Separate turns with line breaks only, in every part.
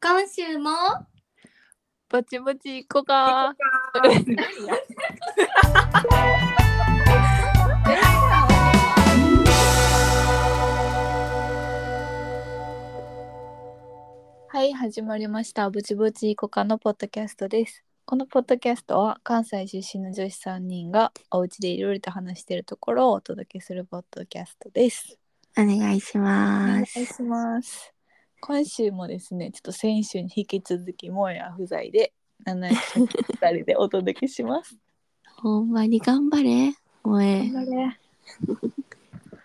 今週も
ぼちぼち行こうか。はい、始まりました。ぼちぼちいこかのポッドキャストです。このポッドキャストは関西出身の女子3人がお家でいろいろと話しているところをお届けするポッドキャストです。
お願いし
お願
ま
い。します。今週もですね、ちょっと先週に引き続き、もえあ不在で、七重と二人でお届けします。
ほんまに頑張れ。萌え。
頑張れ。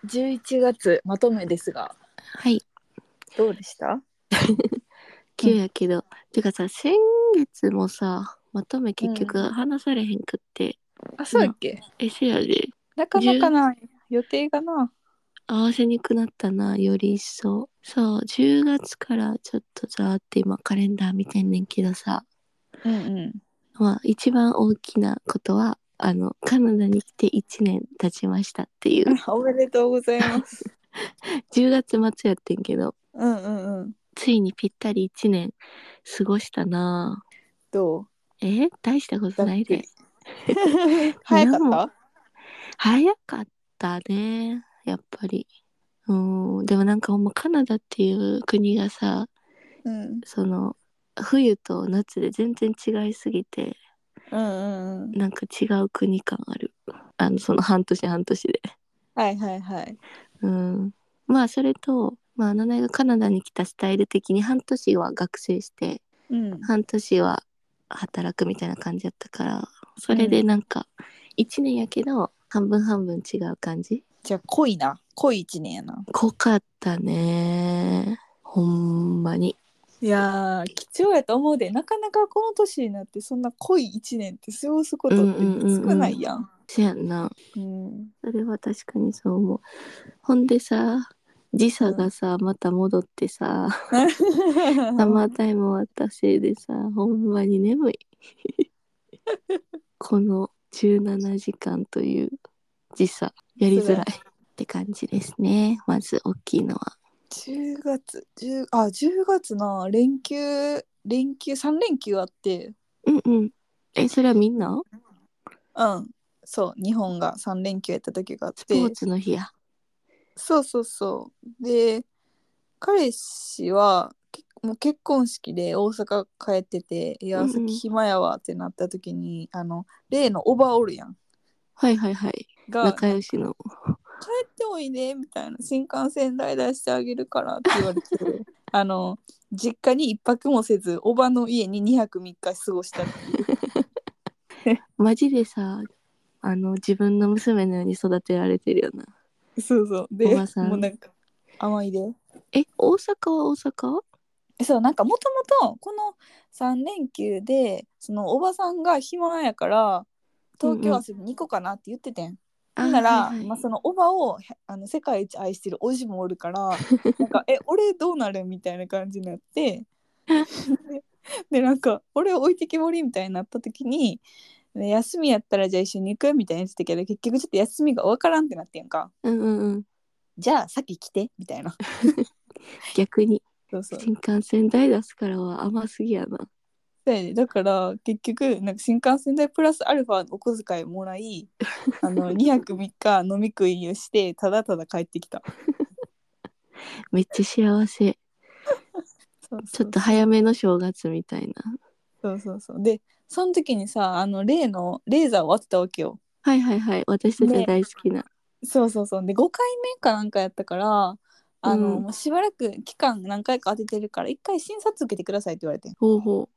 11月まとめですが、
はい。
どうでした
急やけど。てかさ、先月もさ、まとめ結局話されへんくって。
あ、そうやっけ
え、せやで。
なかなかな、予定がな。
合わせにくなったな、より一層。そう、10月からちょっとざーって今カレンダー見てんねんけどさ。
うんうん。
まあ、一番大きなことは、あの、カナダに来て1年経ちましたっていう。
おめでとうござい ます。
10月末やってんけど、
うんうんうん。
ついにぴったり1年過ごしたなぁ
どう
え大したことないで。
早かった
早かったねやっぱりうんでもなんかほんまカナダっていう国がさ
うん
その冬と夏で全然違いすぎて
うんうん。
なんか違う国感あるあのその半年半年で
はいはいはい。
うんまあそれとまあ七重がカナダに来たスタイル的に半年は学生して
うん。
半年は働くみたいな感じだったからそれでなんか1年やけど半分半分違う感じ
じゃあ濃いな。濃い一年やな。
濃かったねほんまに
いやー、貴重やと思うで、なかなかこの年になってそんな濃い一年って過ごすことって少ないやん。
せやんな
うん。
それは確かにそう思うほんでさ時差がさまた戻ってさ、サマー タイム終わったせいでさほんまに眠いこの17時間という時差やりづらいって感じですねまず大きいのは
10月、10あ、10月な、連休、連休、3連休あって、
うんうんえそれはみんな
うん。そう、日本が3連休やった時があっ
ス
て
ポ。ーツの日や
そうそうそう。で、彼氏はけもう結婚式で大阪帰ってて、い
う
や、
んうん
さっき暇やわってなった時に、あの、例のおばおるやん。
はいはいはい
が、帰
仲良しの
っておいで、みたいな。新幹線代出してあげるからって言われて、 あの、実家に一泊もせず、おばの家に2泊3日過ごしたっていう。
マジでさあの自分の娘のように育てられてるよな
そうそう。で、
おばさん
もうなんか、甘いで。
え大阪は大阪
そうなんかもともとこの3連休でそのおばさんが暇やから東京遊びに行こうかなって言っててん。ほんなら、
あはいはい
まあ、そのおばをへあの世界一愛してるおじもおる からなんか「え俺どうなる?」みたいな感じになって ででなんか「俺置いてきぼり」みたいになった時に「ね休みやったらじゃあ一緒に行く?」みたいに言ってたけど結局ちょっと休みが分からんってなってんか
うんうんうん
「じゃあ先来て」み たいな。
逆に
そうそう
新幹線代出すからは甘すぎやな
そうやねだから結局なんか新幹線代プラスアルファのお小遣いもらい あの2泊3日飲み食いをしてただただ帰ってきた
めっちゃ幸せ
そう
ち
そ
ょっ
う
と早めの正月みたいな
そうそうそうでその時にさあの例のレーザーを当てたわけよ
はいはいはい私たちが大好きな、
そうそうそうで5回目かなんかやったからあの、
うん
もうしばらく期間何回か当ててるから1回診察受けてくださいって言われてん
ほうほ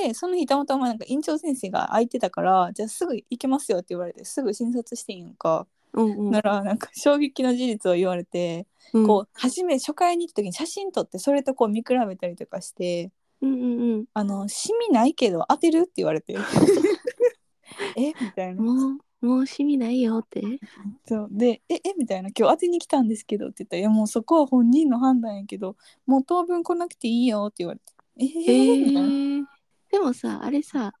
でその日たまたまなんか院長先生が空いてたからじゃあすぐ行けますよって言われてすぐ診察してんやんか、
ううんうん
ならなんか衝撃の事実を言われて
うん
こう初め初回に行った時に写真撮ってそれとこう見比べたりとかして
うんうん
「あのシミないけど当てる?」って言われ て「えみたい
うん
な
もうもう趣味ないよって
そうで「ええみたいな「今日当てに来たんですけど」って言ったら「いやもうそこは本人の判断やけどもう当分来なくていいよ」って言われて「え
え
ーみたいな
ー、でもさあれさ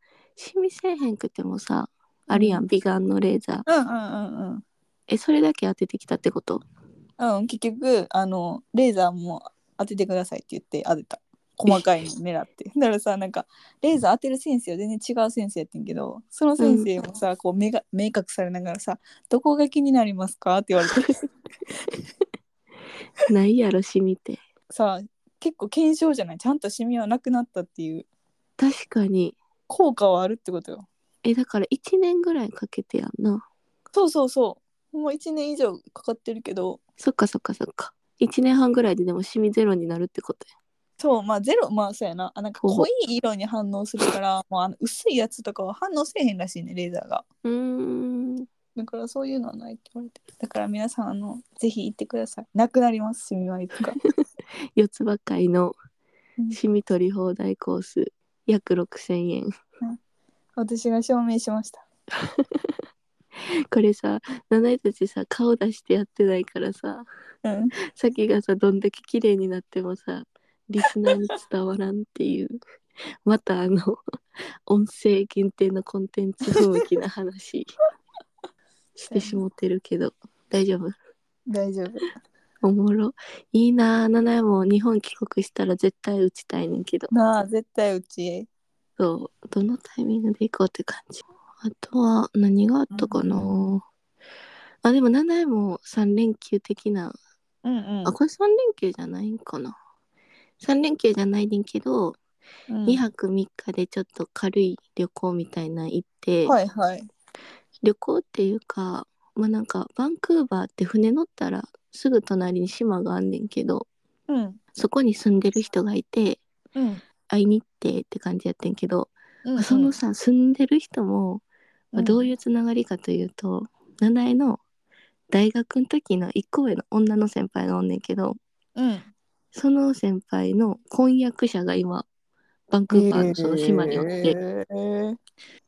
趣味せえへんくてもさあるやん美顔のレーザー
うんうんうん
えそれだけ当ててきたってこと
うんうん結局あのレーザーも当ててくださいって言って当てた細かいの狙ってだからさなんかレーザー当てる先生は全然違う先生やってんけどその先生もさ、こう目が明確されながらさ「どこが気になりますか?」って言われて
ないやろ染みて
さ結構検証じゃないちゃんとシミはなくなったっていう
確かに
効果はあるってことよ
えだから1年ぐらいかけてやんな
そうそうそうもう1年以上かかってるけど
そっかそっかそっか1年半ぐらいででもシミゼロになるってことや
そうまあゼロまあそうやなあなんか
ほうほう
濃い色に反応するからもうあの薄いやつとかは反応せえへんらしいねレーザーが
うーん
だからそういうのはないって言われてだから皆さんあのぜひ行ってくださいなくなりますシミはい つか
四つ葉会の
うん
シミ取り放題コース約6000円
私が証明しました
これさ七重たちさ顔出してやってないからさ
うん
さっきがさどんだけ綺麗になってもさリスナーに伝わらんっていうまたあの音声限定のコンテンツ不向きな話してしもってるけど大丈夫
大丈夫
おもろいいなあ七重も日本帰国したら絶対打ちたいねんけど
なあ絶対うちへ
そうどのタイミングで行こうって感じあとは何があったかな、あでも七重も3連休的な
うんうん
あこれ3連休じゃないんかな3連休じゃないねんけど、
うん
2泊3日でちょっと軽い旅行みたいなの行って、
はいはい
旅行っていうかまあなんかバンクーバーって船乗ったらすぐ隣に島があんねんけど
うん
そこに住んでる人がいて
うん
会いに行ってって感じやってんけど、
うん
そのさ住んでる人も、まあどう
い
いうつながりかというと七重の大学の時の1個上の女の先輩がおんねんけど
うん、うん、
その先輩の婚約者が今バンクーバーのその島におって、
え
っ
ー、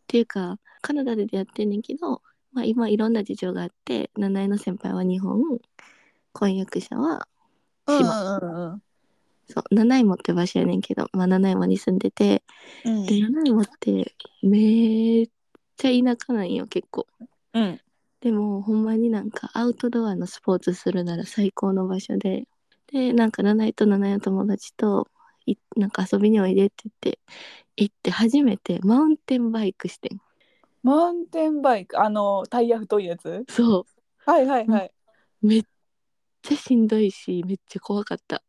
ていうかカナダで出会ってんねんけど、まあ、今いろんな事情があって七重の先輩は日本婚約者は島、
うんうんうん
そう七重もって場所やねんけど、まあ、七重もに住んでて
うん
で七重もってめっちゃ田舎なんよ結構。
うん
でもほんまになんかアウトドアのスポーツするなら最高の場所ででなんか七重と七重の友達といなんか遊びにおいでって言って行って初めてマウンテンバイクしてん
マウンテンバイクあのタイヤ太いやつ
そ
はいはいはい、
うめっちゃしんどいしめっちゃ怖かった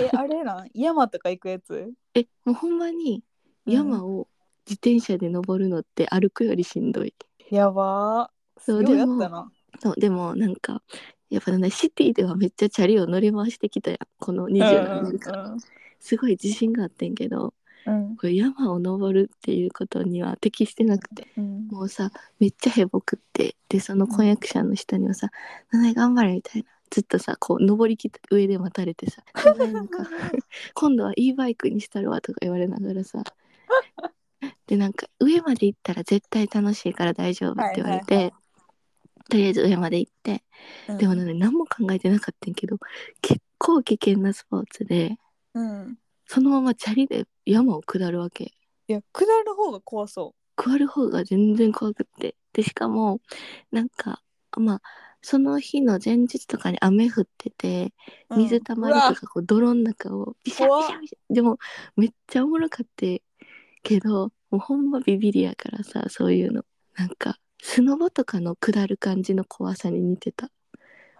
えあれなん山とか行くやつ
えもうほんまに山を自転車で登るのって歩くよりしんどい、
やばー
そう
ようや
で
っ
も
たな
そうでもなんかやっぱねシティではめっちゃチャリを乗り回してきたやんこの20何年間、すごい自信があってんけど
うん
これ山を登るっていうことには適してなくて
うん
もうさめっちゃへぼくってでその婚約者の人にはさ「七重頑張れ」みたいなずっとさこう登りきった上で待たれてさ「七重なんか 今度は E バイクにしたるわ」とか言われながらさでなんか上まで行ったら絶対楽しいから大丈夫って言われて、
はいはい
とりあえず上まで行って
うん
でもね何も考えてなかったんやけど結構危険なスポーツで
うん
そのままチャリで山を下るわけ。
いや下る方が怖そ
加わる方が全然怖くてでしかもなんかまあその日の前日とかに雨降ってて
う、うん
水たまりとかこう泥の中をビシャビシャビシャでもめっちゃおもろかってけどもうほんまビビりやからさそういうのなんかスノボとかの下る感じの怖さに似てた
う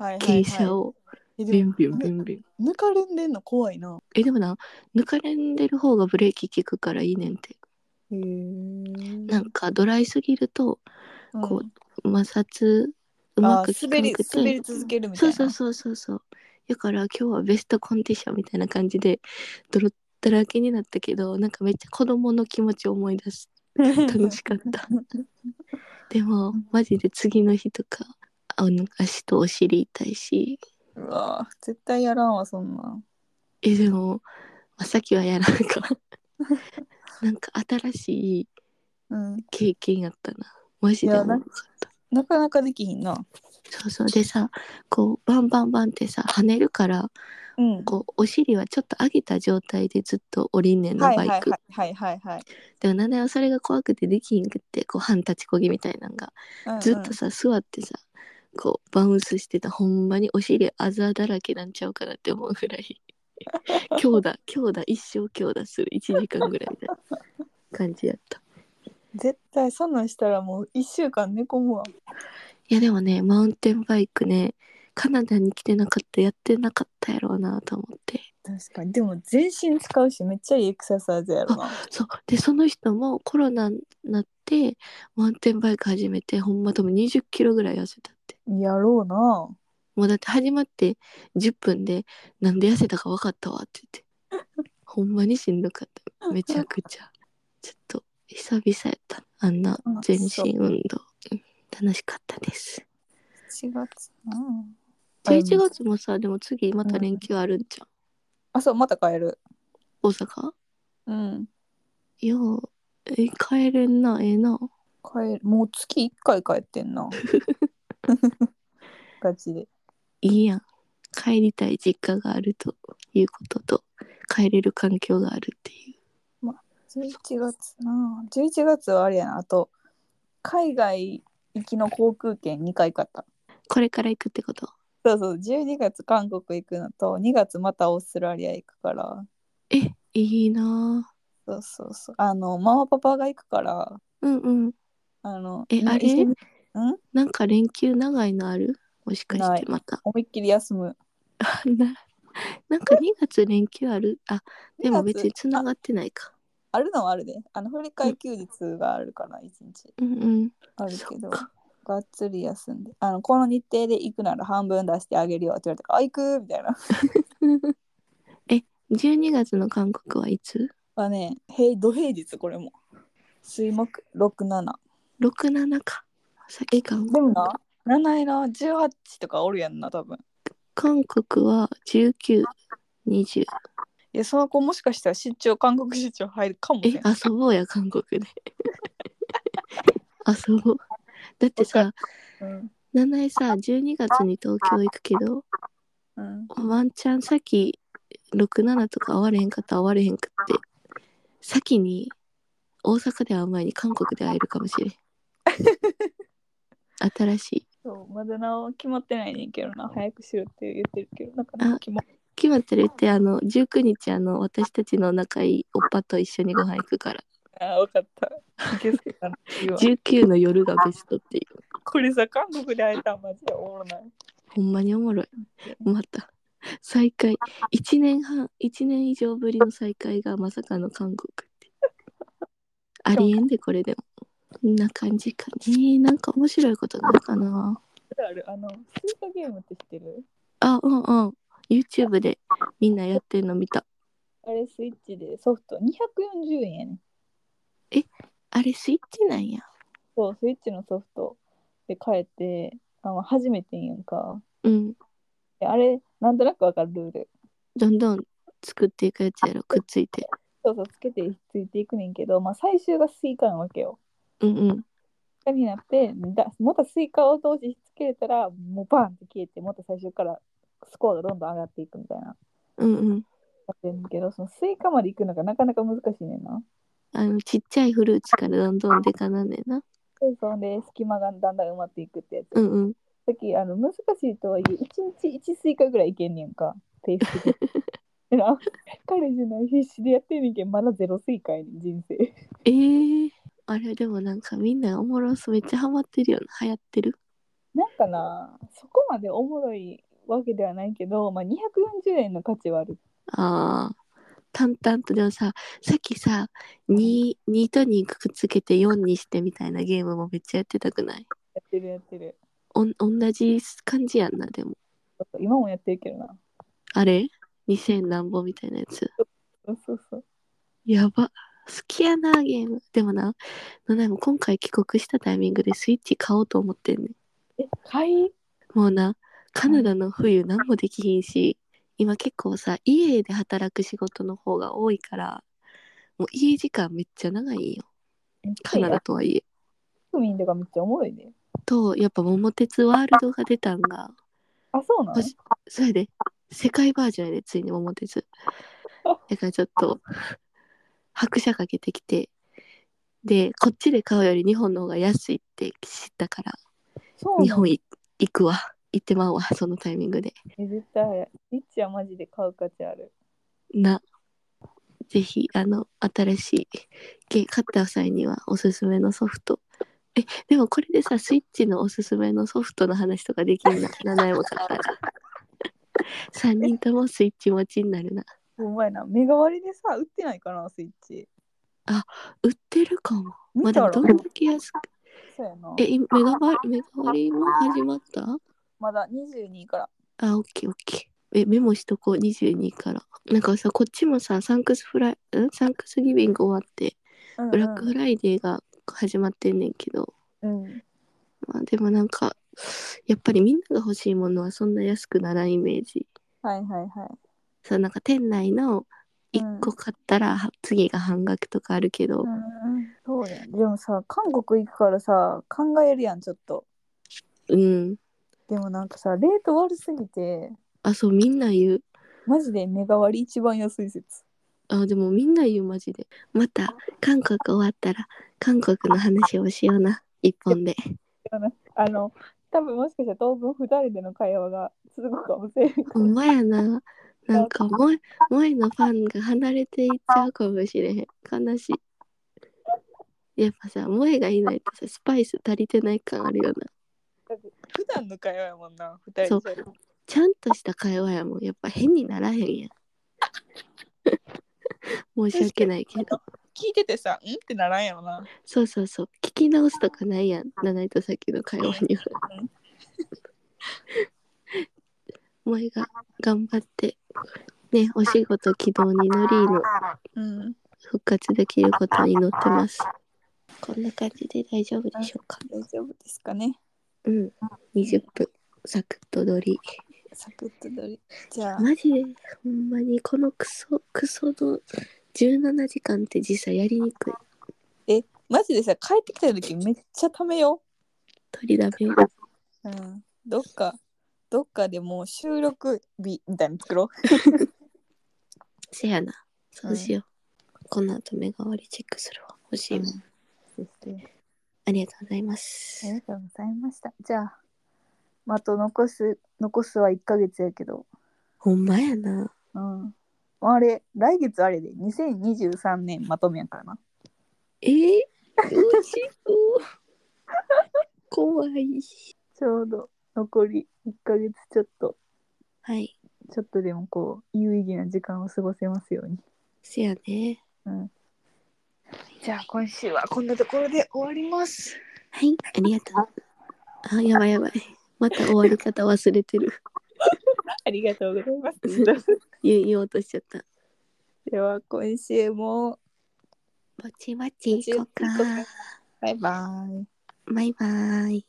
わはいはいはい
傾斜を
えで
ビ
も
ンビンビンビン
ぬかるんでんの怖いな
えでもな抜かれんでる方がブレーキ効くからいいねんって
へえ
なんかドライすぎるとこ摩擦う
う
ま
ま
く
く
効
滑
かな
り
くて
滑り続けるみた
そ
いうな
そうそうそうそうだから今日はベストコンディションみたいな感じで泥だらけになったけどなんかめっちゃ子供の気持ちを思い出す楽しかった でもマジで次の日とかあの足とお尻痛いし
うわ絶対やらんわそんなん
えでも、まあ、さっきはやらん かなんか新しい
うん
経験やったなマジでおもろかった
なかなかできひんな
そうそうでさこうバンバンバンってさ跳ねるから
うん
こうお尻はちょっと上げた状態でずっと降りんねんの
は
バイ
い
ク、
はいはいはいはいはい
でも七重はそれが怖くてできひんくってこう半立ちこぎみたいなんが
うんうん
ずっとさ座ってさ こうバウンスしてたほんまにお尻あざだらけなんちゃうかなって思うぐらい強打強打一生強打する1時間ぐらいみたいな感じやった
絶対そんなんしたらもう1週間寝込むわ
いやでもねマウンテンバイクねカナダに来てなかったらやってなかったやろうなと思って
確かにでも全身使うしめっちゃいいエクササイズやろな
そうでその人もコロナになってマウンテンバイク始めてほんま多分2 0キロぐらい痩せたって
やろうな
もうだって始まって10分でなんで痩せたか分かったわって言ってほんまにしんどかっためちゃくちゃちょっと久々やったあんな全身運動うん楽しかったです
4月な
11月もさでも次また連休あるんじゃん
あそうまた帰る
大阪
うん
いやえ帰れんなええな
帰るもう月1回帰って んなガチで
いいやん帰りたい実家があるということと帰れる環境があるっていう
11月な11月はあれやなあと海外行きの航空券2回買った
これから行くってこと
そうそう12月韓国行くのと2月またオーストラリア行くから
えいいな
そうそうそうあのママパパが行くから
ぁうんうん
あの
え
みんな
あれ
一緒に
なんか連休長いのあるもしか
な
し
い
てまた
思いっきり休む
あななんか2月連休あるあでも
二月
別につながってないか
あるのはあるであの振り替え休日があるから1日
うんうん
ある
そ
け
っ
ど
か
がっつり休んであのこの日程で行くなら半分出してあげるよって言われたからあ行くみたいな
12月の韓国はいつ
はね平土平日これも水木67
?67 かさっき
えで
韓
も
国
な7エラ18とかおるやんな多分
韓国は1920
いやその子もしかしたら出張韓国出張入るかも
え
しれない
遊ぼうや韓国で 遊ぼうだってさ
うん
七重さ12月に東京行くけど
うん
ワンチャンさっき67とか会われへんかったら会われへんくって先に大阪で会う前に韓国で会えるかもしれ ん新しい
そうまだなお決まってないねんけどな早くしろって言ってるけどなんかな
あ
決まっ
決まってるってあの19日あの私たちの仲いいおっぱと一緒にご飯行くから
あ分かったいけそうだな次は
19の夜がベストっていう
これさ韓国で会えたらマジでおもろない
ほんまにおもろいまた再会1年半1年以上ぶりの再会がまさかの韓国 ってありえんでこれでもこんな感じかねなんか面白いことないかな
あるあのスイカゲームって知ってる
あうんうん YouTube でみんなやってんの見た
あれスイッチでソフト240円やねん
あれスイッチなんや
そうスイッチのソフトで買えてあの初めてんやんか
うん
であれなんとなくわかるルール
どんどん作っていくやつやろくっついて
そうそうつけてひっついていくねんけど、まあ、最終がスイカなわけよ
うんうん
スイカになってだまたスイカを同時ひっつけれたらもうバーンって消えてまた最初からスコアがどんどん上がっていくみたいな
うんうん
やってんけどそのスイカまで行くのがなかなか難しいねんな
あのちっちゃいフルーツからどんどんでかなんねんな
そうそんで隙間がだんだん埋まっていくってやつ
うんうん
さっきあの難しいとはいえ1日1スイカぐらいいけんねんかペース的に でな彼じゃない必死でやってんねんけんまだゼロスイカやねん人生
えー、あれでもなんかみんなおもろそうめっちゃハマってるよな流行ってる
なんかなそこまでおもろいわけではないけど、まあ、240円の価値はある
ああ淡々とでもささっきさ 2, 2と2くっつけて4にしてみたいなゲームもめっちゃやってたくない
やってるやってる
おん同じ感じやんなでも
そうそう今もやってるけどな
あれ2000何本みたいなやつ
そうそうそう
やば好きやなゲームでもな七重も今回帰国したタイミングでスイッチ買おうと思ってんねん
え買い
もうなカナダの冬何もできひんし今結構さ家で働く仕事の方が多いからもう家時間めっちゃ長いんよカナダとはいえ。
国民とかめっちゃおもろいね
とやっぱ「桃鉄ワールド」が出たんが
あそうなの
マジそれで世界バージョンやでついに「桃 鉄」だからちょっと拍車かけてきてでこっちで買うより日本の方が安いって知ったから
そう
日
なの
本い行くわ行ってまうわそのタイミングで。
え絶対スイッチはマジで買う価値ある
なぜひあの新しいゲー買った際にはおすすめのソフトえでもこれでさスイッチのおすすめのソフトの話とかできるな7円も買ったら3人ともスイッチ持ちになるな
お前な目代わりでさ売ってないかなスイッチ
売ってるかもまあで
見た
も
ら、
どんだけ安く
そうやな
えいメガバリメガバリも始まった
まだ22から
あ、オッケーオッケー。え、メモしとこう、22から。なんかさ、こっちもさ、サンクスフライ、んサンクスギビング終わって、
うんうん
ブラックフライデーが始まってんねんけど、
うん
まあでもなんか、やっぱりみんなが欲しいものはそんな安くならんイメージ。
はいはいはい
そう、なんか店内の
う
1
ん
個買ったら、は次が半額とかあるけど、
うんそうやでもさ韓国行くからさ考えるやんちょっと
うん。
でもなんかさレート悪すぎて
あ、そう、みんな言う。
マジで目代わり一番安い説
あ、でもみんな言う、マジで。また、韓国終わったら、韓国の話をしような、一本で。
あの多分もしかしたら当分二人での会話が続くかもしれんから
ほんまやな。なんか萌え、萌えのファンが離れていっちゃうかもしれへん。悲しい。やっぱさ、萌えがいないとさ、スパイス足りてない感あるよな。
普段の会話やもんな二
そう
人で
ちゃんとした会話やもん。やっぱ変にならへん やん。申し訳ないけど。
聞いててさ「ん?」ってならんやろな
そうそうそう。聞き直すとかないやん。七井とさっきの会話 には
うん。
萌えが頑張って、ね、お仕事軌道に乗りの
うん
復活できることを祈ってます。こんな感じで大丈夫でしょうか。
大丈夫ですかね
うん、20分サクッと撮り。
サクッとどりじゃあ
マジでほんまにこのクソクソの17時間って実際やりにくい。
マジでさ帰ってきた時めっちゃためよ
取りだめ。
う、うん、どっかどっかでもう収録日みたいに作ろ
せやな。そうしよう。この後目代わりチェックするわ。欲しいもん。
うあ
ありがとうございます
り。がとうございましたじゃあまああと残す残すは1ヶ月やけど
ほんまやな。
うんあれ来月あれで2023年まとめやからな
えー、うしう。怖い。
ちょうど残り1ヶ月ちょっと
はい。
ちょっとでもこう有意義な時間を過ごせますように
せやね。
じゃあ今週はこんなところで終わります
はい、ありがとう。あ、やばいやばい。また終わり方忘れてる。
ありがとうございます
言言おうとしちゃった。
では今週も
ぼちぼち行こうか。
バイバイ
バイバイ。